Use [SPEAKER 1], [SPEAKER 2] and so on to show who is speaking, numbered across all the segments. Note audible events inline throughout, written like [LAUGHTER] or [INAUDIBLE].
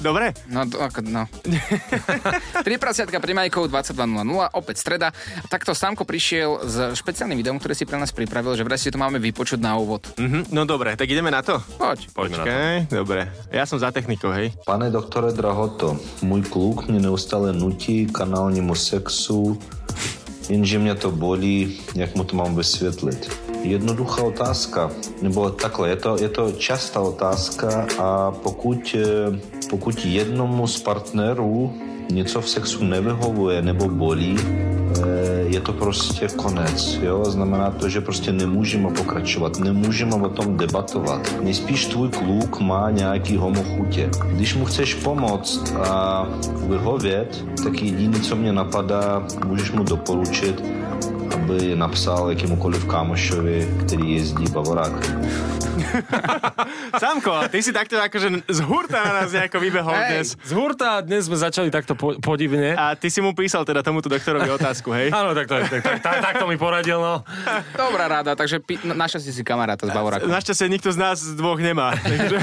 [SPEAKER 1] Dobre?
[SPEAKER 2] No, to, ako, no. 3 prasiatka pri Majkov 22.00, opäť streda. Takto Samko prišiel s špeciálnym videom, ktoré si pre nás pripravil, že vraj si to máme vypočuť na úvod.
[SPEAKER 1] Mm-hmm, no dobre, tak ideme na to?
[SPEAKER 2] Poď.
[SPEAKER 1] Poďme na to. dobre. Ja som za technikou, hej.
[SPEAKER 3] Pane doktore Drahoto, môj kluk mne neustále nutí k análnemu sexu, jenže mňa to bolí, jak mu to mám vysvetliť. Jednoduchá otázka, nebo takhle, je to, je to častá otázka a pokud, e, pokud jednomu z partnerů něco v sexu nevyhovuje nebo bolí, e, je to prostě konec. Jo? Znamená to, že prostě nemůžeme pokračovat, nemůžeme o tom debatovat. Nejspíš tvůj kluk má nějaký homochutě. Když mu chceš pomoct a vyhovět, tak jediné, co mě napadá, můžeš mu doporučit, aby napsal jakémukoliv kámošovi, který jezdí Bavorák.
[SPEAKER 1] Samko, ty si takto akože z hurta na nás nejako vybehol hey. dnes.
[SPEAKER 4] Z hurta dnes sme začali takto po- podivne.
[SPEAKER 1] A ty si mu písal teda tomuto doktorovi otázku, hej?
[SPEAKER 4] Áno, tak to, tak, tak, tak, tak to mi poradil, no.
[SPEAKER 2] Dobrá rada, takže pi- našťastie si kamaráta z Bavoraku.
[SPEAKER 1] Našťastie nikto z nás z dvoch nemá. Takže...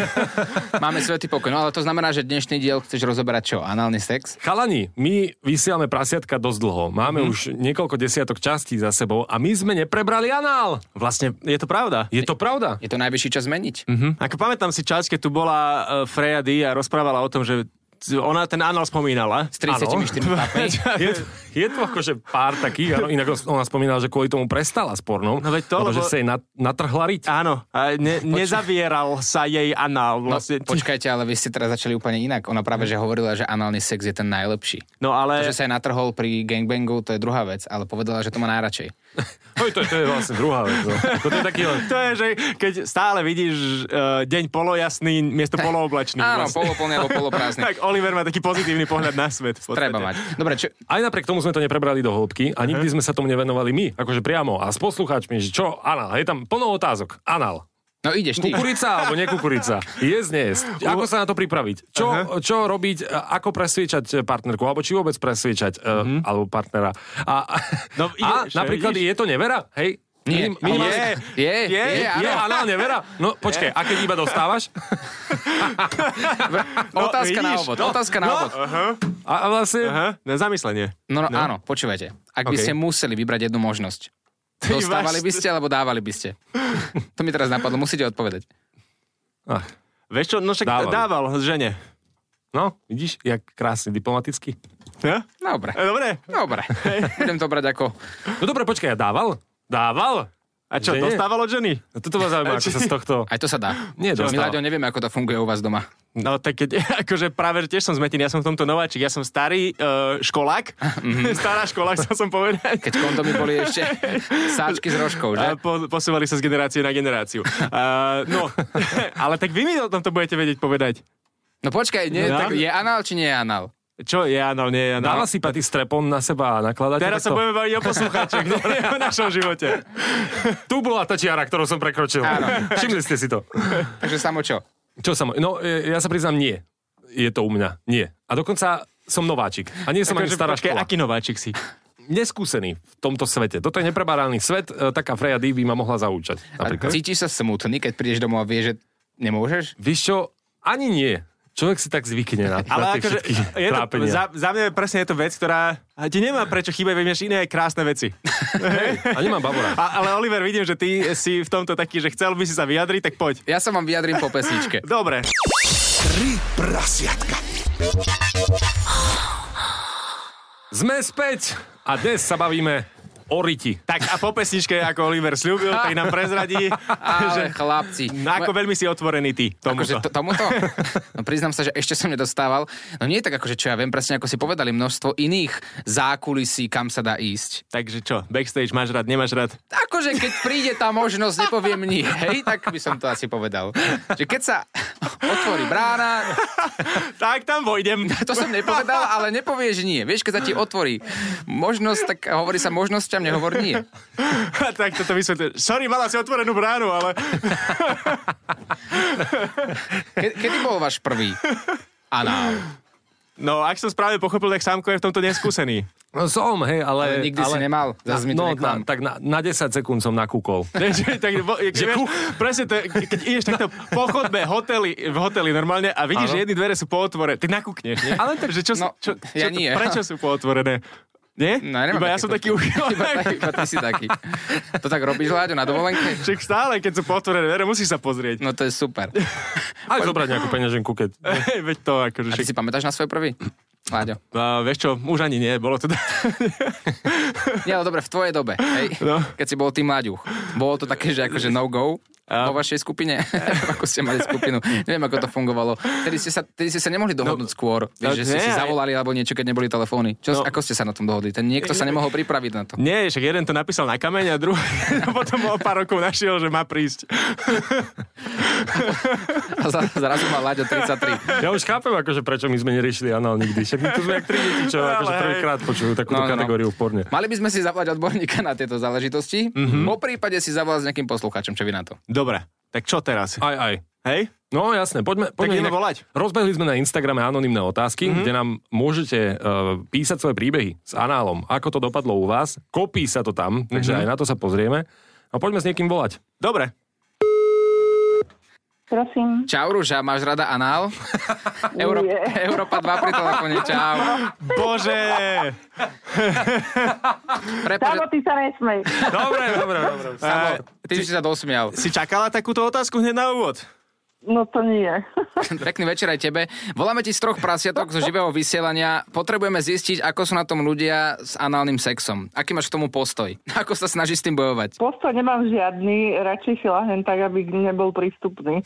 [SPEAKER 2] Máme svetý pokoj, no ale to znamená, že dnešný diel chceš rozoberať čo? Análny sex?
[SPEAKER 4] Chalani, my vysielame prasiatka dosť dlho. Máme
[SPEAKER 1] Mhm.
[SPEAKER 4] mm. už niekoľko desiatok častí za sebou a my sme neprebrali anál.
[SPEAKER 1] Vlastne je to pravda.
[SPEAKER 4] Je to pravda.
[SPEAKER 2] Je to najvyšší čas zmeniť.
[SPEAKER 1] Mm-hmm. Ako pamätám si čas, keď tu bola uh, Freja D a rozprávala o tom, že ona ten anal spomínala.
[SPEAKER 2] S 34
[SPEAKER 1] [LAUGHS]
[SPEAKER 4] je, je to akože pár takých, áno, inak ona spomínala, že kvôli tomu prestala s pornou,
[SPEAKER 1] no veď to,
[SPEAKER 4] lebo, lebo... že sa jej nat, natrhla riť.
[SPEAKER 1] Áno, a ne, Počkej. nezavieral sa jej anal. Vlastne.
[SPEAKER 2] No, počkajte, ale vy ste teraz začali úplne inak. Ona práve, že hovorila, že análny sex je ten najlepší.
[SPEAKER 1] No ale...
[SPEAKER 2] To, že sa jej natrhol pri gangbangu, to je druhá vec, ale povedala, že to má najradšej.
[SPEAKER 4] Hoj, to, to je vlastne druhá vec. No. To, je taký len...
[SPEAKER 1] to je, že keď stále vidíš uh, deň polojasný miesto polooblačný.
[SPEAKER 2] Áno, vlastne. poloplný alebo poloprázdny.
[SPEAKER 1] [LAUGHS] tak Oliver má taký pozitívny pohľad na svet.
[SPEAKER 2] Treba mať. Dobre, čo...
[SPEAKER 4] Aj napriek tomu sme to neprebrali do hĺbky a
[SPEAKER 1] Mhm.
[SPEAKER 4] nikdy sme sa tomu nevenovali my, akože priamo a s poslucháčmi, že čo, anal, je tam plno otázok, anal.
[SPEAKER 2] No ideš ty.
[SPEAKER 4] Kukurica alebo nekukurica. Jesť, nejesť. Ako sa na to pripraviť? Čo, uh-huh. čo robiť? Ako presviečať e, partnerku? Alebo či vôbec presviečať uh-huh. alebo partnera? A, no, ideš, a napríklad ideš? je to nevera? Hej,
[SPEAKER 2] nie,
[SPEAKER 4] minim, minim,
[SPEAKER 2] je, je,
[SPEAKER 4] je, je, je, áno, nevera. No počkaj, a keď iba dostávaš?
[SPEAKER 2] no, otázka vidíš, na obod, no, otázka na no, obod. Uh-huh.
[SPEAKER 4] A, a vlastne...
[SPEAKER 1] Uh-huh. Na zamyslenie.
[SPEAKER 2] No, no, no áno, počúvajte. Ak okay. by ste museli vybrať jednu [LAUGHS] možnosť, dostávali by ste, alebo dávali by [LAUGHS] ste? to mi teraz napadlo, musíte odpovedať.
[SPEAKER 1] Ach. Vieš čo, no však dával, dával žene.
[SPEAKER 4] No, vidíš, jak krásne, diplomaticky.
[SPEAKER 1] Ja?
[SPEAKER 2] Dobre.
[SPEAKER 1] E, Dobre.
[SPEAKER 2] [LAUGHS] Dobre. Budem to brať ako...
[SPEAKER 4] No dobre, počkaj, ja dával? Dával?
[SPEAKER 1] A čo, ženy? dostávalo ženy?
[SPEAKER 4] No, toto ma zaujíma, ako sa z tohto...
[SPEAKER 2] Aj to sa dá.
[SPEAKER 4] Nie,
[SPEAKER 2] čo, Miláďo, nevieme, ako to funguje u vás doma.
[SPEAKER 1] [LAUGHS] No tak keď, [LAUGHS] akože práve tiež som zmetený, ja som v tomto nováčik, ja som starý uh, školák, mm-hmm. [LAUGHS] stará škola, chcel som povedať.
[SPEAKER 2] Mhm. Keď kondomy boli [LAUGHS] ešte sáčky s rožkou, že?
[SPEAKER 1] A po, posúvali sa z generácie na generáciu. Uh, no, [LAUGHS] ale tak vy mi o tomto budete vedieť povedať.
[SPEAKER 2] No počkaj, nie, no. tak je anal či nie je anal?
[SPEAKER 1] Čo je áno, nie je áno.
[SPEAKER 4] Dáva si patý strepon na seba a nakladať.
[SPEAKER 1] No. Teraz sa budeme baviť o poslucháčoch,
[SPEAKER 4] [LAUGHS]
[SPEAKER 1] ktoré v našom živote.
[SPEAKER 4] Tu bola tá čiara, ktorú som prekročil. Áno. Všimli ste si to.
[SPEAKER 2] Takže samo čo?
[SPEAKER 4] Čo samo? No, ja sa priznám, nie. Je to u mňa. Nie. A dokonca som nováčik. A nie som
[SPEAKER 1] Ako, ani
[SPEAKER 4] stará
[SPEAKER 1] počkej,
[SPEAKER 4] škola.
[SPEAKER 1] Akože aký nováčik si?
[SPEAKER 4] neskúsený v tomto svete. Toto je neprebaraný svet, E, taká Freja D by ma mohla zaučať.
[SPEAKER 2] A
[SPEAKER 4] Napríklad.
[SPEAKER 2] cítiš sa smutný, keď prídeš domov a vieš, že nemôžeš?
[SPEAKER 4] Víš čo, ani nie. Človek si tak zvykne na, na
[SPEAKER 1] Ale akože, je to, trápenia. za, za mňa presne je to vec, ktorá ti nemá prečo chýbať, veď máš iné krásne
[SPEAKER 4] [LAUGHS]
[SPEAKER 1] veci.
[SPEAKER 4] Hey, a nemám babora.
[SPEAKER 1] A, ale Oliver, vidím, že ty si v tomto taký, že chcel by si sa vyjadriť, tak poď.
[SPEAKER 2] Ja sa vám vyjadrím po pesničke.
[SPEAKER 1] Dobre.
[SPEAKER 5] Tri prasiatka.
[SPEAKER 4] Sme späť a dnes sa bavíme o riti.
[SPEAKER 1] Tak a po pesničke, ako Oliver slúbil, tak nám
[SPEAKER 4] [LAUGHS]
[SPEAKER 1] prezradí,
[SPEAKER 2] Ale že... chlapci.
[SPEAKER 1] No, ako veľmi si otvorený ty tomuto.
[SPEAKER 2] Akože to, tomuto? No priznám sa, že ešte som nedostával. No nie je tak, akože čo ja viem, presne ako si povedali, množstvo iných zákulisí, kam sa dá ísť.
[SPEAKER 1] Takže čo, backstage máš rád, nemáš rád?
[SPEAKER 2] Akože keď príde tá možnosť, nepoviem nie, hej, tak by som to asi povedal. Že keď sa otvorí brána,
[SPEAKER 1] tak tam vojdem.
[SPEAKER 2] to som nepovedal, ale nepovieš nie. Vieš, keď sa ti otvorí možnosť, tak hovorí sa možnosťam, nehovor nie.
[SPEAKER 1] [LAUGHS] tak toto vysvetlím. Sorry, mala si otvorenú bránu, ale...
[SPEAKER 2] Ke- kedy bol váš prvý anál?
[SPEAKER 1] No, ak som správne pochopil, tak Sámko je v tomto
[SPEAKER 2] [LAUGHS]
[SPEAKER 1] neskúsený.
[SPEAKER 4] No som, hej,
[SPEAKER 2] E,
[SPEAKER 4] ale...
[SPEAKER 2] Ale nikdy si nemal, zas mi to
[SPEAKER 4] no,
[SPEAKER 2] neklam.
[SPEAKER 4] na, tak na, na 10 sekúnd som nakúkol.
[SPEAKER 1] Takže, tak, bo, keď, vieš, presne, to, je, keď ideš takto po chodbe hoteli, v hoteli normálne a vidíš,
[SPEAKER 4] Áno.
[SPEAKER 1] že jedny dvere sú pootvore, ty nakúkneš, nie?
[SPEAKER 4] Ale tak-
[SPEAKER 1] že čo,
[SPEAKER 2] no,
[SPEAKER 1] no, čo, čo,
[SPEAKER 2] ja
[SPEAKER 1] to-
[SPEAKER 2] nie.
[SPEAKER 1] prečo sú pootvorené? Nie?
[SPEAKER 2] No, nemám
[SPEAKER 1] Iba ja
[SPEAKER 2] také
[SPEAKER 1] som taký [LAUGHS]
[SPEAKER 2] košky.
[SPEAKER 1] uchylák.
[SPEAKER 2] [LAUGHS] iba, tak- iba ty si taký. To tak robíš, Láďo, na dovolenke?
[SPEAKER 1] Však stále, keď sú pootvorené dvere, musíš sa pozrieť.
[SPEAKER 2] No to je super.
[SPEAKER 4] Aj zobrať nejakú peňaženku, keď...
[SPEAKER 1] Hej,
[SPEAKER 2] Mm.
[SPEAKER 1] [LAUGHS] Veď to akože...
[SPEAKER 2] A ty
[SPEAKER 1] Však,
[SPEAKER 2] si pamätáš na svoj prvý? Láďo.
[SPEAKER 1] a, vieš čo, už ani nie, bolo
[SPEAKER 2] [LAUGHS]
[SPEAKER 1] to...
[SPEAKER 2] Nie, ale dobre, v tvojej dobe, hej?
[SPEAKER 1] No.
[SPEAKER 2] Keď si bol tým mladúch. Bolo to také, že akože no go? A... Vo vašej skupine? [LAUGHS] ako ste mali skupinu? Neviem, ako to fungovalo. Tedy ste sa, tedy ste sa nemohli dohodnúť no, skôr. Vieš,
[SPEAKER 1] No,
[SPEAKER 2] že ste
[SPEAKER 1] nie,
[SPEAKER 2] si
[SPEAKER 1] aj-
[SPEAKER 2] zavolali alebo niečo, keď neboli telefóny. Čo, no, ako ste sa na tom dohodli? Ten niekto sa nemohol pripraviť na to. [LAUGHS]
[SPEAKER 1] Nie, však jeden to napísal na kameň a druhý [LAUGHS] no potom o pár rokov našiel, že má prísť.
[SPEAKER 2] A za, zrazu mal Láďo 33.
[SPEAKER 4] Ja už chápem, akože prečo my sme neriešili anál nikdy. Však my tu sme jak tri deti, čo
[SPEAKER 1] Ale
[SPEAKER 4] akože
[SPEAKER 1] hej.
[SPEAKER 4] prvýkrát počujú takúto
[SPEAKER 2] No, no, no.
[SPEAKER 4] kategóriu v porne.
[SPEAKER 2] Mali by sme si zavolať odborníka na tieto záležitosti. Mm-hmm. Po prípade si zavolať s nejakým poslucháčom, čo vy na to.
[SPEAKER 1] Dobre, tak čo teraz?
[SPEAKER 4] Aj, aj.
[SPEAKER 1] Hej?
[SPEAKER 4] No jasne, poďme, poďme
[SPEAKER 1] ideme volať.
[SPEAKER 4] Rozbehli sme na Instagrame anonimné otázky, mm-hmm. kde nám môžete uh, písať svoje príbehy s análom, ako to dopadlo u vás. Kopí sa to tam, takže mm-hmm. aj na to sa pozrieme. A poďme s niekým volať.
[SPEAKER 1] Dobre.
[SPEAKER 6] Prosím.
[SPEAKER 2] Čau, Ruža, máš rada
[SPEAKER 6] [LAUGHS]
[SPEAKER 2] anál? Euro, [LAUGHS] Európa 2 pri telefóne, čau.
[SPEAKER 1] Bože!
[SPEAKER 2] Prepač,
[SPEAKER 6] Samo ty sa nesmej.
[SPEAKER 4] Dobre, dobre, dobre.
[SPEAKER 1] A,
[SPEAKER 2] ty si sa dosmial.
[SPEAKER 1] Eh,
[SPEAKER 2] [LAUGHS]
[SPEAKER 1] si čakala takúto otázku hneď na [LAUGHS] úvod?
[SPEAKER 6] No to nie. [LAUGHS]
[SPEAKER 2] Pekný večer aj tebe. Voláme ti z troch prasiatok zo živého vysielania. Potrebujeme zistiť, ako sú na tom ľudia s análnym sexom. Aký máš k tomu postoj? [LAUGHS] Ako sa snažíš s tým bojovať?
[SPEAKER 6] Postoj nemám žiadny, radšej si lahnem tak, aby nebol prístupný.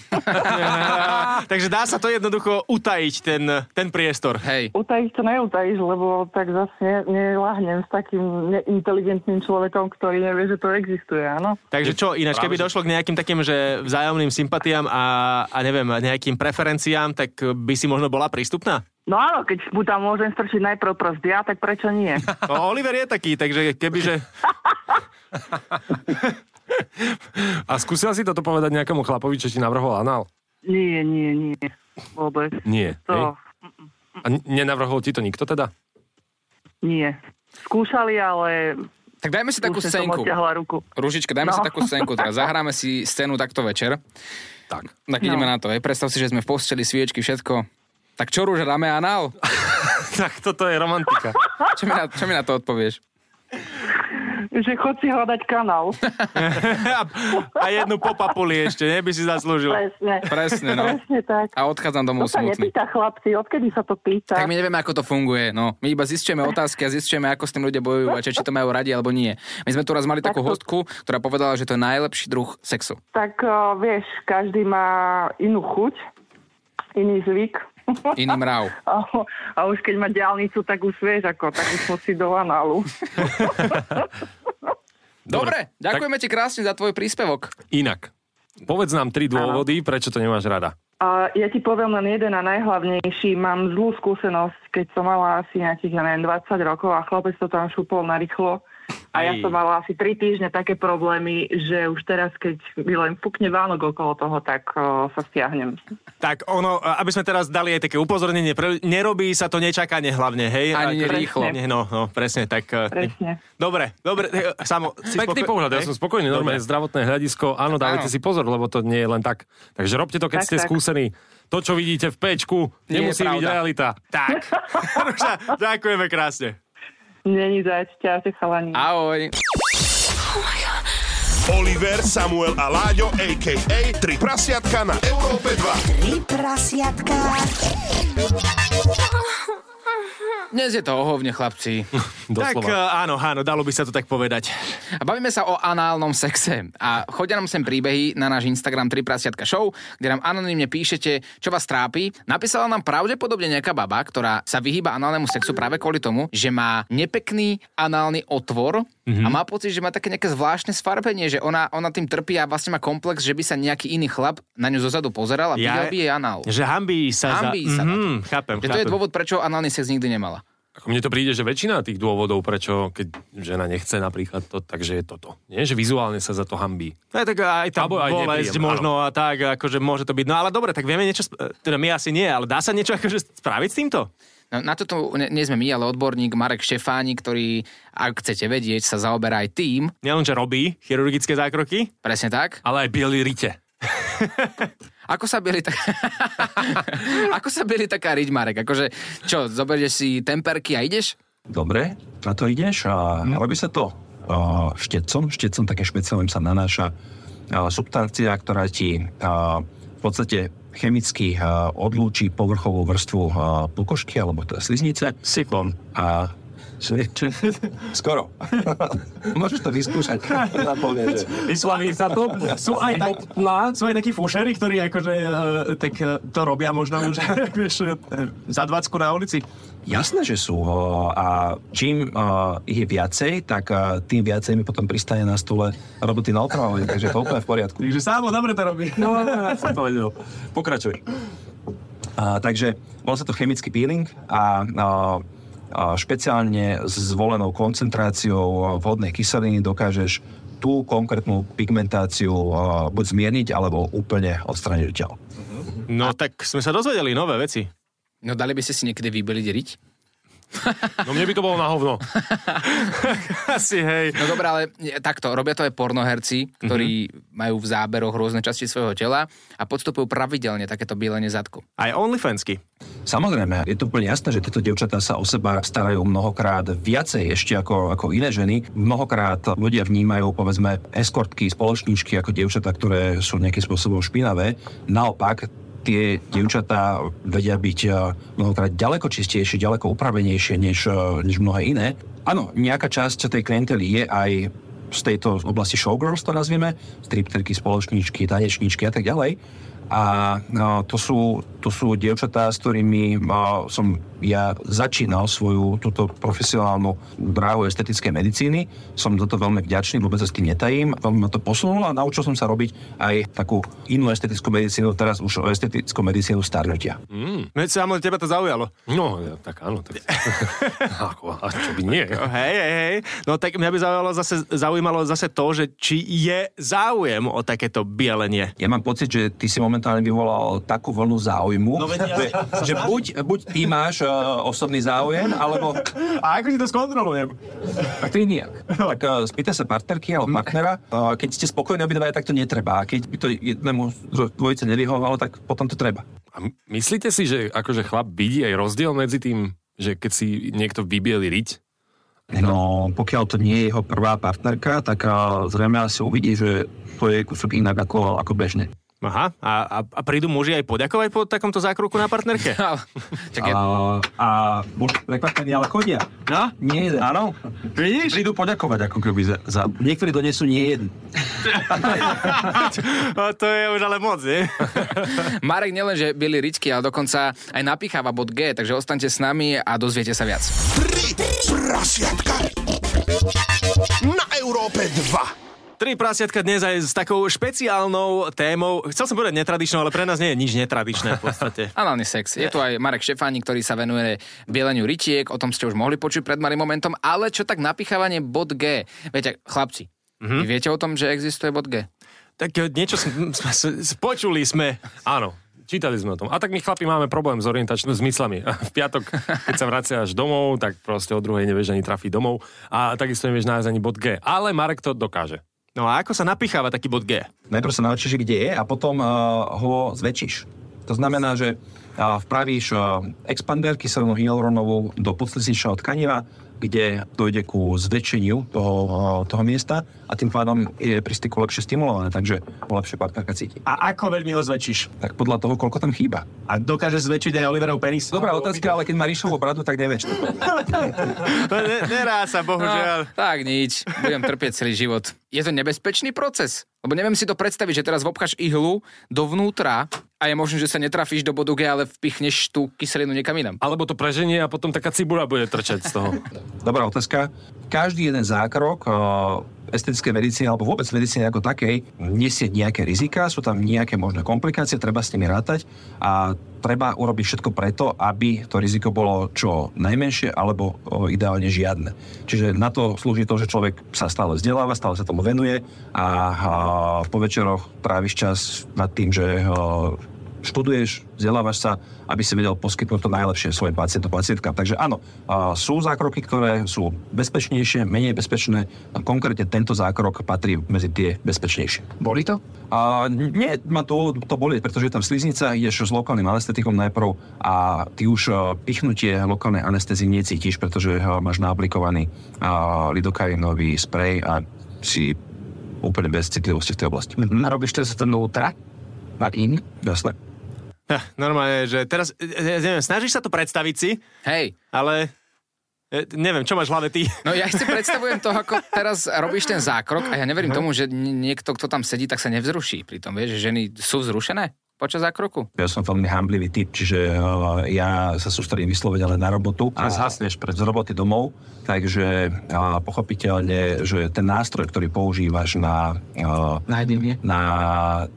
[SPEAKER 1] Takže dá sa to jednoducho utajiť, ten, ten priestor.
[SPEAKER 2] Hej,
[SPEAKER 6] Utajíš to neutajíš, lebo tak zase ne- nelahnem s takým neinteligentným človekom, ktorý nevie, že to existuje, áno?
[SPEAKER 1] Takže čo, ináč, keby došlo k nejakým takým, že vzájomným sympatiám a, a neviem, nejakým preferenciám, tak by si možno bola prístupná?
[SPEAKER 6] No áno, keď mu tam môžem strčiť najprv prst ja, tak prečo nie?
[SPEAKER 1] O, Oliver je taký, takže kebyže...
[SPEAKER 4] [LAUGHS] A skúsila si toto povedať nejakému chlapovi, čo ti navrhol anál?
[SPEAKER 6] Nie, nie, nie. Vôbec.
[SPEAKER 4] Nie. hej?
[SPEAKER 6] To,
[SPEAKER 4] A n- nenavrhol ti to nikto teda?
[SPEAKER 6] nie. Skúšali, ale
[SPEAKER 2] tak dajme si takú
[SPEAKER 6] už som
[SPEAKER 2] scénku.
[SPEAKER 6] odťahla ruku.
[SPEAKER 2] Ružička, dajme no.
[SPEAKER 6] No.
[SPEAKER 2] si takú scénku teraz. Zahráme si scénu takto večer.
[SPEAKER 4] Tak.
[SPEAKER 2] Tak
[SPEAKER 6] No.
[SPEAKER 2] ideme na to. Hej. Predstav si, že sme v posteli, sviečky, všetko. Tak čo, Rúža, dáme anál?
[SPEAKER 4] tak toto je romantika.
[SPEAKER 2] Čo mi na, čo mi na to odpovieš?
[SPEAKER 6] Že chod si hľadať kanál.
[SPEAKER 1] a jednu popapuli ešte, ne? By si zaslúžil.
[SPEAKER 6] Presne.
[SPEAKER 2] Presne, no.
[SPEAKER 6] Presne tak.
[SPEAKER 2] A odchádzam
[SPEAKER 6] To
[SPEAKER 2] domov
[SPEAKER 6] sa
[SPEAKER 2] smutný.
[SPEAKER 6] nepýta chlapci, odkedy sa to pýta?
[SPEAKER 2] Tak my nevieme, ako to funguje. No. My iba zistíme otázky a zistíme, ako s tým ľudia bojujú a či či to majú radi alebo nie. My sme tu raz mali takú
[SPEAKER 6] Takto.
[SPEAKER 2] hostku, ktorá povedala, že to je najlepší druh sexu.
[SPEAKER 6] Tak o, vieš, každý má inú chuť, iný zvyk.
[SPEAKER 2] Iný mrav.
[SPEAKER 6] [LAUGHS] A, a už keď má diálnicu, tak už vieš, ako, tak už musí do análu.
[SPEAKER 2] Dobre, ďakujeme ti krásne za tvoj príspevok.
[SPEAKER 4] Inak. Povedz nám tri dôvody, prečo to nemáš rada.
[SPEAKER 6] A ja ti poviem len jeden a najhlavnejší. Mám zlú skúsenosť, keď som mala asi nejakých, ja neviem, 20 rokov a chlapec to tam šupol na rýchlo. A ja
[SPEAKER 1] Aj.
[SPEAKER 6] som mala asi 3 týždne také problémy, že už teraz, keď mi len pukne Vánok okolo toho, tak o, sa stiahnem.
[SPEAKER 1] Tak ono, aby sme teraz dali aj také upozornenie, pre, nerobí sa to nečakane hlavne, hej?
[SPEAKER 2] Ani
[SPEAKER 1] Ako-
[SPEAKER 2] nerýchlo.
[SPEAKER 1] Nie, No, no, presne, tak... eh,
[SPEAKER 6] Presne.
[SPEAKER 1] Dobre, dobre, eh, samo... si
[SPEAKER 4] Pekný
[SPEAKER 1] spoko-
[SPEAKER 4] pohľad, ja
[SPEAKER 1] hej?
[SPEAKER 4] som
[SPEAKER 1] [LAUGHS]
[SPEAKER 4] spokojný, normálne zdravotné hľadisko, áno, dávajte
[SPEAKER 2] Áno.
[SPEAKER 4] si pozor, lebo to nie je len tak. Takže robte to, keď
[SPEAKER 6] Tak,
[SPEAKER 4] ste
[SPEAKER 6] tak.
[SPEAKER 4] skúsení. To, čo vidíte v pečku,
[SPEAKER 2] Nie je
[SPEAKER 4] nemusí byť
[SPEAKER 2] pravda.
[SPEAKER 4] realita.
[SPEAKER 1] Tak. Ruža, [LAUGHS] ďakujeme krásne.
[SPEAKER 6] Není zač, ťažte chalani.
[SPEAKER 2] Ahoj.
[SPEAKER 7] Oliver, Samuel a Láďo, a.k.a. Tri prasiatka na Európe 2.
[SPEAKER 8] Tri prasiatka.
[SPEAKER 2] Dnes je to ohovne, chlapci.
[SPEAKER 1] Tak
[SPEAKER 4] Doslova.
[SPEAKER 1] eh, áno, áno, dalo by sa to tak povedať.
[SPEAKER 2] A bavíme sa o análnom sexe. A chodia nám sem príbehy na náš Instagram 3 prasiatka show, kde nám anonymne píšete, čo vás trápi. Napísala nám pravdepodobne nejaká baba, ktorá sa vyhýba análnemu sexu práve kvôli tomu, že má nepekný análny otvor
[SPEAKER 1] Mhm.
[SPEAKER 2] Mm-hmm. A má pocit, že má také nejaké zvláštne sfarbenie, že ona, ona tým trpí a vlastne má komplex, že by sa nejaký iný chlap na ňu zozadu pozeral a
[SPEAKER 1] Ja-
[SPEAKER 2] videl by jej anál.
[SPEAKER 1] Že hambí sa
[SPEAKER 2] Hambí
[SPEAKER 1] za...
[SPEAKER 2] sa na to.
[SPEAKER 1] Mhm, chápem,
[SPEAKER 2] Že
[SPEAKER 1] chápem.
[SPEAKER 2] to je dôvod, prečo análny sex nikdy nemala.
[SPEAKER 9] Ako mne to príde, že väčšina tých dôvodov, prečo keď žena nechce napríklad to, takže je toto. Nie, že vizuálne sa za to hambí.
[SPEAKER 1] No, tak aj tá
[SPEAKER 9] Alebo aj
[SPEAKER 1] bolesť
[SPEAKER 9] nepríjemná,
[SPEAKER 1] možno a tak, akože môže to byť. No ale dobre, tak vieme niečo, sp- teda my asi nie, ale dá sa niečo akože spraviť s týmto?
[SPEAKER 2] No, na toto ne, nie sme my, ale odborník Marek Štefáni, ktorý, ak chcete vedieť, sa zaoberá aj tým,
[SPEAKER 1] Nielen, že robí chirurgické zákroky,
[SPEAKER 2] presne tak.
[SPEAKER 9] Ale aj bielý rite.
[SPEAKER 2] Ako sa byli tak... [LAUGHS] ako sa byli taká riť, Marek? Akože, čo, zoberieš si temperky a ideš?
[SPEAKER 4] Dobre, na to ideš a robí sa to uh, štecom. Štecom také špeciálne sa nanáša uh, substancia, ktorá ti uh, v podstate chemicky uh, odlúči povrchovú vrstvu uh, pukošky alebo teda sliznice. Siklon. A [LAUGHS] Skoro. [LAUGHS] Môžeš to vyskúšať. Ona povie, že-
[SPEAKER 10] Vyslaví sa to. Sú aj, tak, sú aj takí fušery, ktorí akože, e, tak e, to robia možno už [LAUGHS] vieš, e, za 20 na ulici.
[SPEAKER 4] Jasné, že sú. o, A čím uh, ich je viacej, tak uh, tým viacej mi potom pristane na stole roboty na opravovanie, takže to úplne v poriadku.
[SPEAKER 10] [LAUGHS] Takže sámo, dobre to robí.
[SPEAKER 4] No, ja som to vedel. Pokračuj. A, takže bol sa to chemický peeling a, a, a špeciálne s zvolenou koncentráciou vodnej kyseliny dokážeš tú konkrétnu pigmentáciu a, buď zmierniť, alebo úplne odstrániť odtiaľ.
[SPEAKER 1] no tak sme sa dozvedeli nové veci.
[SPEAKER 2] No dali by ste si niekedy vybeliť riť?
[SPEAKER 9] No mne by to bolo na
[SPEAKER 10] [LAUGHS]
[SPEAKER 9] hovno.
[SPEAKER 1] Asi, hej.
[SPEAKER 2] No dobré, ale takto, robia to aj pornoherci, ktorí mm-hmm. majú v záberoch rôzne časti svojho tela a podstupujú pravidelne takéto bielenie zadku.
[SPEAKER 1] Aj OnlyFansky.
[SPEAKER 4] Samozrejme, je to úplne jasné, že tieto dievčatá sa o seba starajú mnohokrát viacej ešte ako, ako iné ženy. Mnohokrát ľudia vnímajú, povedzme, eskortky, spoločníčky ako dievčatá, ktoré sú nejakým spôsobom špinavé. Naopak, tie dievčatá vedia byť eh, mnohokrát ďaleko čistejšie, ďaleko upravenejšie než, eh, než mnohé iné. Áno, nejaká časť tej klientely je aj z tejto oblasti showgirls to nazvieme, stripterky, spoločníčky, tanečníčky a tak ďalej. A no, to, sú, to sú dievčatá, s ktorými no, som ja začínal svoju túto profesionálnu dráhu estetickej medicíny. Som za to veľmi vďačný, vôbec sa s tým netajím. Veľmi ma to posunulo a naučil som sa robiť aj takú inú estetickú medicínu, teraz už o estetickú medicínu starnutia.
[SPEAKER 1] No, Veď samo teba to zaujalo.
[SPEAKER 9] No, ja, tak áno.
[SPEAKER 1] [LAUGHS]
[SPEAKER 9] Tak... Ako, a čo by nie?
[SPEAKER 1] No, Hej, hej, hej. No tak mňa by zaujalo zase, zaujímalo zase to, že či je záujem o takéto bielenie.
[SPEAKER 4] Ja mám pocit, že ty si momentálne vyvolal takú vlnu záujmu, no,
[SPEAKER 10] veď ja-
[SPEAKER 4] že,
[SPEAKER 3] [LAUGHS]
[SPEAKER 4] že buď, buď ty máš uh, osobný záujem, alebo
[SPEAKER 10] A ako si to skontrolujem?
[SPEAKER 4] a ty nijak. Tak uh, spýta sa partnerky alebo partnera, uh, keď ste spokojní obidvaja, tak to netreba. A keď by to jednému z dvojice nevyhovalo, tak potom to treba.
[SPEAKER 9] A m- myslíte si, že akože chlap vidí aj rozdiel medzi tým, že keď si niekto vybieli riť,
[SPEAKER 4] No,
[SPEAKER 3] pokiaľ to nie je jeho prvá partnerka, tak zrejme asi uvidí, že to je kúsok inak ako, ako bežne.
[SPEAKER 1] Aha, a, a, a prídu muži aj poďakovať po takomto zákroku na [LAUGHS] partnerke?
[SPEAKER 2] Čak je,
[SPEAKER 3] A, a boli prekvapení, ale chodia. No? Nie jeden. Áno. Vidíš? Prídu poďakovať ako keby za, za... Niektorí donesú nie jeden.
[SPEAKER 1] A to je už ale moc, nie?
[SPEAKER 2] Marek nielenže bieli ričky, ale dokonca aj napicháva bod G, takže ostaňte s nami a dozviete sa viac.
[SPEAKER 5] Prasiatka na Európe 2.
[SPEAKER 1] Tri prasiatka dnes aj s takou špeciálnou témou. Chcel som povedať netradičnou, ale pre nás nie je nič netradičné v podstate.
[SPEAKER 2] Análny sex. Je tu aj Marek Štefáni, ktorý sa venuje bieleniu rytiek, o tom ste už mohli počuť pred malým momentom, ale čo tak napichávanie bod G? Viete, chlapci, mm-hmm. viete o tom, že existuje bod G?
[SPEAKER 1] [LAUGHS] Tak e, niečo sme, sme, sme, počuli sme.
[SPEAKER 9] Áno, čítali sme o tom. A tak my chlapi máme problém s orientačnými zmyslami. [LAUGHS] V piatok, keď sa vraciaš domov, tak proste o druhej nevieš ani trafiť domov a takisto nevieš nájsť ani bod G. Ale Marek to dokáže.
[SPEAKER 1] No a ako sa napicháva taký bod G?
[SPEAKER 4] najprv sa naučíš, kde je a potom uh, ho zväčšíš. To znamená, že uh, vpravíš uh, expander kyselinu hyaluronovú do podslizničného tkaniva, kde dojde ku zväčšeniu toho, uh, toho miesta a tým pádom je pri styku lepšie stimulované, takže ho lepšie partnerka cíti.
[SPEAKER 10] A ako veľmi ho zväčšíš?
[SPEAKER 4] Tak podľa toho, koľko tam chýba.
[SPEAKER 10] A dokáže zväčšiť aj Oliverov penis?
[SPEAKER 4] Dobrá otázka, ale keď má ríšovú bradu, tak nevieš.
[SPEAKER 1] To ne, nerá sa, bohužiaľ. [LAUGHS]
[SPEAKER 2] tak nič, budem trpieť celý život. Je to nebezpečný proces, lebo neviem si to predstaviť, že teraz vopcháš ihlu dovnútra a je možné, že sa netrafíš do bodu G, ale vpichneš tú kyselinu niekam inam.
[SPEAKER 9] Alebo to preženie a potom taká cibula bude trčať z toho.
[SPEAKER 4] [LAUGHS] Dobrá otázka. Každý jeden zákrok eh, estetické medicíny alebo vôbec medicíny ako takej nesie nejaké rizika, sú tam nejaké možné komplikácie, treba s nimi rátať a treba urobiť všetko preto, aby to riziko bolo čo najmenšie alebo o, ideálne žiadne. Čiže na to slúži to, že človek sa stále vzdeláva, stále sa tomu venuje a, a po večeroch tráviš čas nad tým, že eh, o, študuješ, vzdelávaš sa, aby si vedel poskytnúť to najlepšie svojim pacientom, pacientkám. Takže áno, a sú zákroky, ktoré sú bezpečnejšie, menej bezpečné. A konkrétne tento zákrok patrí medzi tie bezpečnejšie.
[SPEAKER 2] Boli to?
[SPEAKER 4] A nie, ma to, to boli, pretože je tam sliznica, ideš s lokálnym anestetikom najprv a ty už a, pichnutie lokálnej anestézie necítiš, pretože a, máš naaplikovaný a, lidokainový sprej a si úplne bez citlivosti v tej oblasti.
[SPEAKER 2] A robíš to sa to vnútra? Martin?
[SPEAKER 4] Jasné.
[SPEAKER 1] Ha, Eh, normálne, že teraz, e, e, neviem, snažíš sa to predstaviť si,
[SPEAKER 2] Hej,
[SPEAKER 1] ale e, neviem, čo máš v hlave ty?
[SPEAKER 2] no ja si predstavujem to, ako teraz robíš ten zákrok a ja
[SPEAKER 11] No.
[SPEAKER 2] neverím tomu, že n- niekto, kto tam sedí, tak sa nevzruší. Pritom vieš, že ženy sú vzrušené počas zákroku.
[SPEAKER 4] Ja som veľmi hamblivý typ, čiže uh, ja sa sústredím vyslovene len na robotu. A zhasneš pred z roboty domov, takže uh, pochopiteľne, že ten nástroj, ktorý používaš na uh,
[SPEAKER 2] Najdým je.
[SPEAKER 4] na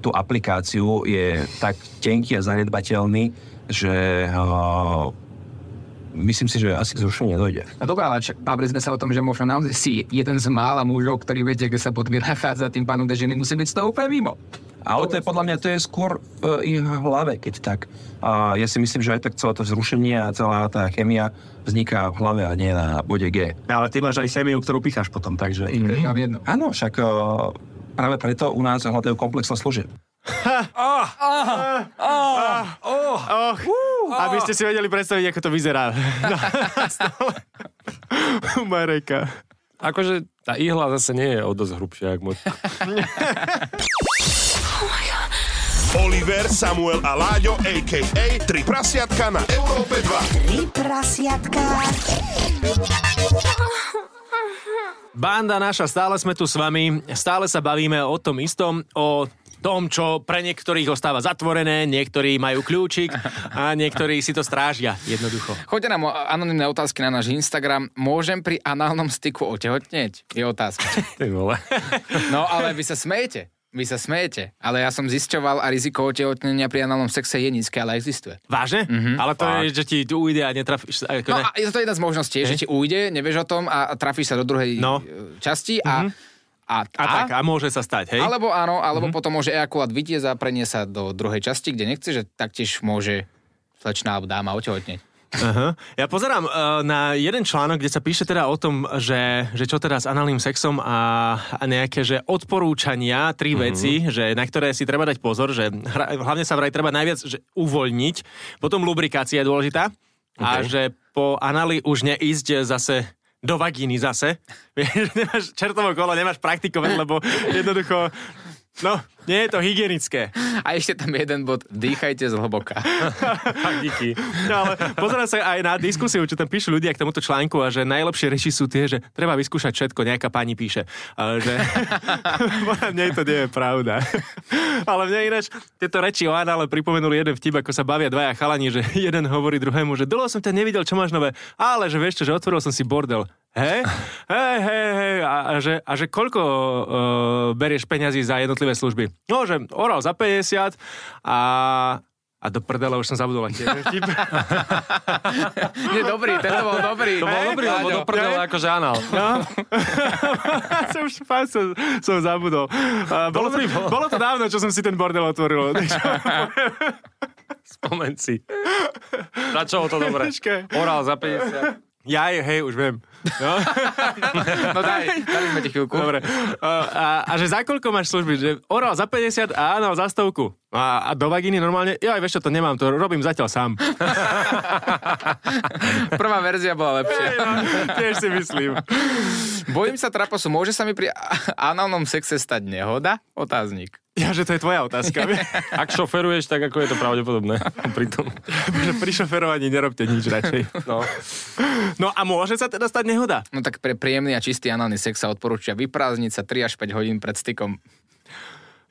[SPEAKER 4] tú aplikáciu je tak tenký a zanedbateľný, že uh, myslím si, že asi k zrušeniu nedojde.
[SPEAKER 11] No dobrá, ale však bavili sme sa o tom, že možno naozaj si jeden z mála mužov, ktorý viete, kde sa podmier nachádza, tým pánom, že ženy musí byť z toho úplne mimo.
[SPEAKER 4] Ale to je podľa mňa, to je skôr v ich hlave, keď tak. A ja si myslím, že aj tak celé to zrušenie a celá tá chemia vzniká v hlave a nie na bode G.
[SPEAKER 10] Ale ty máš aj semiu, ktorú picháš potom, takže...
[SPEAKER 11] Mm-hmm. Ja jedno.
[SPEAKER 4] Áno, však a, práve preto u nás hľadajú komplexné služieb.
[SPEAKER 1] Och, aby ste si vedeli predstaviť, ako to vyzerá. No, stále. U Mareka.
[SPEAKER 9] Akože tá ihla zase nie je o dosť hrubšia, ako môj.
[SPEAKER 5] Oliver, Samuel a Láďo, a.k.a. Tri prasiatka na Európe 2.
[SPEAKER 8] Tri prasiatka.
[SPEAKER 1] Banda naša, stále sme tu s vami, stále sa bavíme o tom istom, o tom, čo pre niektorých ostáva zatvorené, niektorí majú kľúčik a niektorí si to strážia jednoducho.
[SPEAKER 2] Choďte nám o anonimné otázky na náš Instagram. Môžem pri análnom styku otehotneť? Je otázka.
[SPEAKER 9] Ty vole.
[SPEAKER 2] No ale vy sa smejete. Vy sa smejete. Ale ja som zisťoval a riziko otehotnenia pri análnom sexe je nízke, ale existuje.
[SPEAKER 1] Vážne? Mm-hmm, ale to je, že ti tu ujde a netrafíš sa. Ako
[SPEAKER 2] Mhm. No
[SPEAKER 1] ne.
[SPEAKER 2] a je to jedna z možností, že ti ujde, nevieš o tom a trafíš sa do druhej
[SPEAKER 1] No.
[SPEAKER 2] no. časti a, a, a,
[SPEAKER 1] a tak, a môže sa stať, hej?
[SPEAKER 2] Alebo áno, alebo mm-hmm. potom môže ejakulát vytiesť a prenie sa do druhej časti, kde nechce, že taktiež môže slečná alebo dáma otehotneť.
[SPEAKER 1] Aha. Ja pozerám uh, na jeden článok, kde sa píše teda o tom, že, že čo teda s analým sexom a, a nejaké že odporúčania, tri mm-hmm. veci, že, na ktoré si treba dať pozor, že hra, hlavne sa vraj treba najviac že uvoľniť, potom lubrikácia je dôležitá a že po análi už neísť zase do vagíny zase. [LAUGHS] Vieš, nemáš čertovo kolo, nemáš praktikovať, lebo jednoducho, no, nie je to hygienické.
[SPEAKER 2] A ešte tam je jeden bod, dýchajte zhlboka.
[SPEAKER 9] Tak díky.
[SPEAKER 1] No ale pozerám sa aj na diskusiu, čo tam píšu ľudia k tomuto článku a že najlepšie reči sú tie, že treba vyskúšať všetko, nejaká pani píše. Ale že [LAUGHS] podľa mňa to nie je pravda. ale mne ináč tieto reči o anále pripomenuli jeden vtip, ako sa bavia dvaja chalani, že jeden hovorí druhému, že dlho som ťa nevidel, čo máš nové, ale že vieš čo, že otvoril som si bordel. Hej, hej, hej, hej. A, a, že, a že koľko uh, berieš peňazí za jednotlivé služby? No, že oral za 50 a, a do prdele už som zabudol, aký je ten [LAUGHS] vtip.
[SPEAKER 2] Nie, dobrý, tento bol dobrý.
[SPEAKER 9] To bol dobrý, lebo do prdele akože anal.
[SPEAKER 1] No. [LAUGHS] som už fakt som, som zabudol. A bolo, to, bolo to dávno, čo som si ten bordel [LAUGHS] otvoril.
[SPEAKER 9] Spomen si. Začalo to
[SPEAKER 4] [LAUGHS]
[SPEAKER 9] dobre.
[SPEAKER 1] Počkaj.
[SPEAKER 9] Orál za 50.
[SPEAKER 1] ja, hej, už viem. No.
[SPEAKER 2] No daj, dali sme ti chvíľku.
[SPEAKER 1] Dobre. A, a, a že za koľko máš služby? Že oral za 50 a anal za stovku. A, a do vagíny normálne? Ja vieš čo, to nemám, to robím zatiaľ sám.
[SPEAKER 2] Prvá verzia bola lepšia.
[SPEAKER 1] Hej, no, tiež si myslím.
[SPEAKER 2] Bojím sa traposu, môže sa mi pri a- análnom sexe stať nehoda? Otáznik.
[SPEAKER 1] Ja, že to je tvoja otázka.
[SPEAKER 9] Ak šoferuješ, tak ako je to pravdepodobné. Pritom.
[SPEAKER 1] Že Akože pri šoferovaní nerobte nič radšej.
[SPEAKER 9] No.
[SPEAKER 1] No a môže sa teda stať nehoda?
[SPEAKER 2] No tak pre príjemný a čistý análny sex sa odporúča vyprázdniť sa 3 až 5 hodín pred stykom.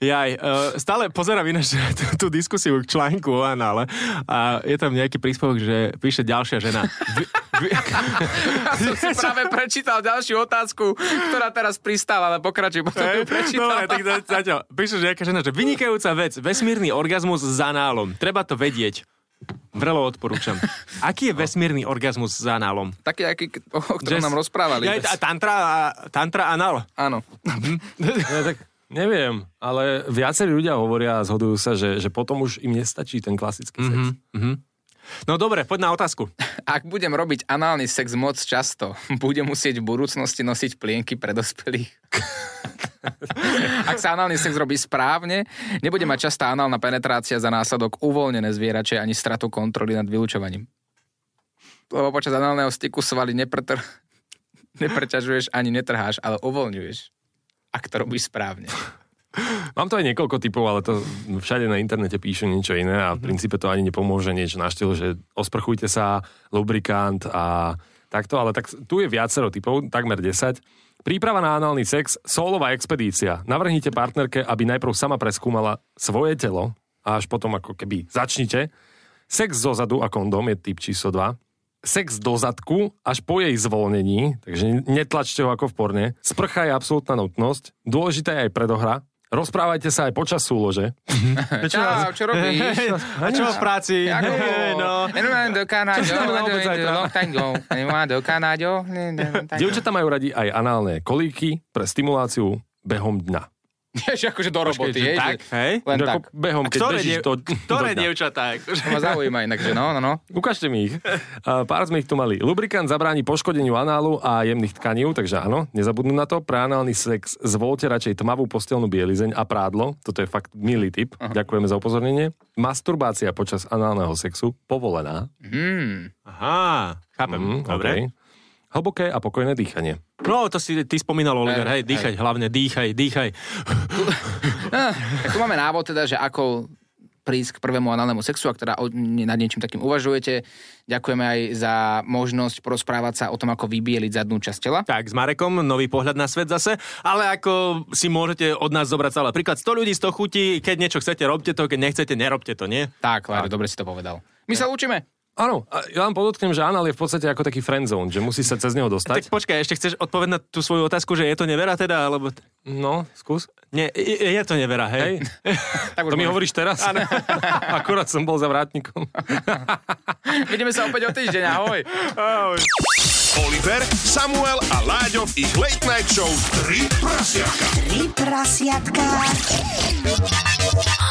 [SPEAKER 1] Jaj, uh, stále pozerám ináč [LAUGHS] tú, tú diskusiu k článku o anále a je tam nejaký príspevok, že píše ďalšia žena. Vy,
[SPEAKER 9] [LAUGHS]
[SPEAKER 1] vy...
[SPEAKER 2] Ja som
[SPEAKER 1] [LAUGHS]
[SPEAKER 2] si práve prečítal ďalšiu otázku, ktorá teraz pristáva, ale pokračuj, potom ju prečítam.
[SPEAKER 1] No, Dobre, tak za- zatiaľ. Píše, že nejaká žena, že vynikajúca vec, vesmírny orgazmus s análom. Treba to vedieť. Vrelo odporúčam. Aký je vesmírny orgazmus s análom?
[SPEAKER 2] Taký, aký, o ktorom
[SPEAKER 1] Jazz.
[SPEAKER 2] nám rozprávali.
[SPEAKER 1] Ja, a tantra, a, tantra anál.
[SPEAKER 2] Áno.
[SPEAKER 4] Ja, No, tak neviem, ale viacerí ľudia hovoria a zhodujú sa, že, že potom už im nestačí ten klasický sex. Mm-hmm.
[SPEAKER 1] No dobre, poď na otázku.
[SPEAKER 2] Ak budem robiť análny sex moc často, [LAUGHS] budem musieť v budúcnosti nosiť plienky pre dospelých. [LAUGHS] Ak sa análny sex robí správne, nebude mať častá análna penetrácia za následok uvoľnené zvierače ani stratu kontroly nad vylučovaním. Lebo počas análneho styku svaly neprtr... [LAUGHS] nepreťažuješ ani netrháš, ale uvoľňuješ. Ak to robíš správne.
[SPEAKER 4] Mám to aj niekoľko typov, ale to všade na internete píšu niečo iné a
[SPEAKER 1] Mhm.
[SPEAKER 4] v princípe to ani nepomôže niečo na štýl, že osprchujte sa, lubrikant a takto, ale tak tu je viacero typov, takmer 10. Príprava na análny sex, solová expedícia. Navrhnite partnerke, aby najprv sama preskúmala svoje telo a až potom ako keby začnite. Sex zo zadu a kondom je typ číslo 2. Sex do zadku až po jej zvolnení, takže netlačte ho ako v porne. Sprcha je absolútna nutnosť. Dôležitá je aj predohra. Rozprávajte sa aj počas súlože.
[SPEAKER 1] No
[SPEAKER 2] Čau, čo
[SPEAKER 1] [LAUGHS]
[SPEAKER 2] robíš?
[SPEAKER 1] A čo v práci?
[SPEAKER 2] Ako?
[SPEAKER 1] Hej, no.
[SPEAKER 2] Nemám do
[SPEAKER 1] [LAUGHS]
[SPEAKER 2] Kanáďo,
[SPEAKER 4] Čo znamená vôbec zajtra?
[SPEAKER 2] long time go. Nemám do Kanáďo. ne, ne, long time go.
[SPEAKER 4] Dievčatá majú radi aj análne kolíky pre stimuláciu behom dna.
[SPEAKER 2] Vieš, akože do roboty,
[SPEAKER 1] že
[SPEAKER 2] hej,
[SPEAKER 1] tak,
[SPEAKER 2] že-
[SPEAKER 1] hej?
[SPEAKER 2] Len tak.
[SPEAKER 4] Ako behom, keď
[SPEAKER 1] Ktoré,
[SPEAKER 4] bežíš
[SPEAKER 1] diev...
[SPEAKER 4] do,
[SPEAKER 1] ktoré
[SPEAKER 4] do dna.
[SPEAKER 1] dievčatá? akože?
[SPEAKER 2] To ma zaujíma inak, že no, no, no.
[SPEAKER 4] Ukážte mi ich. A pár sme ich tu mali. Lubrikant zabráni poškodeniu análu a jemných tkaní, takže áno, nezabudnú na to. Pre análny sex zvolte radšej tmavú postelnú bielizeň a prádlo. Toto je fakt milý tip. Ďakujeme za upozornenie. Masturbácia počas análneho sexu povolená.
[SPEAKER 1] Aha, chápem. Mm, Dobre.
[SPEAKER 4] okej. Hlboké a pokojné dýchanie.
[SPEAKER 1] No, to si ty spomínal, Oliver, hej, dýchaj, hlavne dýchaj, dýchaj.
[SPEAKER 2] Tak tu máme návod teda, že ako prísť k prvému análnemu sexu, ak teda o- nad niečím takým uvažujete. Ďakujeme aj za možnosť porozprávať sa o tom, ako vybieliť zadnú časť tela.
[SPEAKER 1] Tak, s Marekom, nový pohľad na svet zase, ale ako si môžete od nás zobrať celé. Príklad 100 ľudí, 100 chutí, keď niečo chcete, robte to, keď nechcete, nerobte to, nie?
[SPEAKER 2] Tak, Láďo, dobre si to povedal. My sa učíme.
[SPEAKER 4] Áno, a ja vám podotknem, že anál je v podstate ako taký friendzone, že musí sa cez neho
[SPEAKER 1] Tak
[SPEAKER 4] dostať.
[SPEAKER 1] počkaj, ešte chceš odpovedať na tú svoju otázku, že je to nevera teda, alebo...
[SPEAKER 4] No, skús.
[SPEAKER 1] Nie, je je to nevera, hej?
[SPEAKER 4] Hej.
[SPEAKER 1] [LAUGHS]
[SPEAKER 2] Tak už
[SPEAKER 4] To mi
[SPEAKER 2] môžeme.
[SPEAKER 4] hovoríš teraz? Áno. Akurát som bol za vrátnikom.
[SPEAKER 2] Vidíme sa opäť o týždeň, ahoj.
[SPEAKER 7] Oliver, Samuel a Láďo v ich Late Night Show 3 prasiatka.
[SPEAKER 8] Tri prasiatka.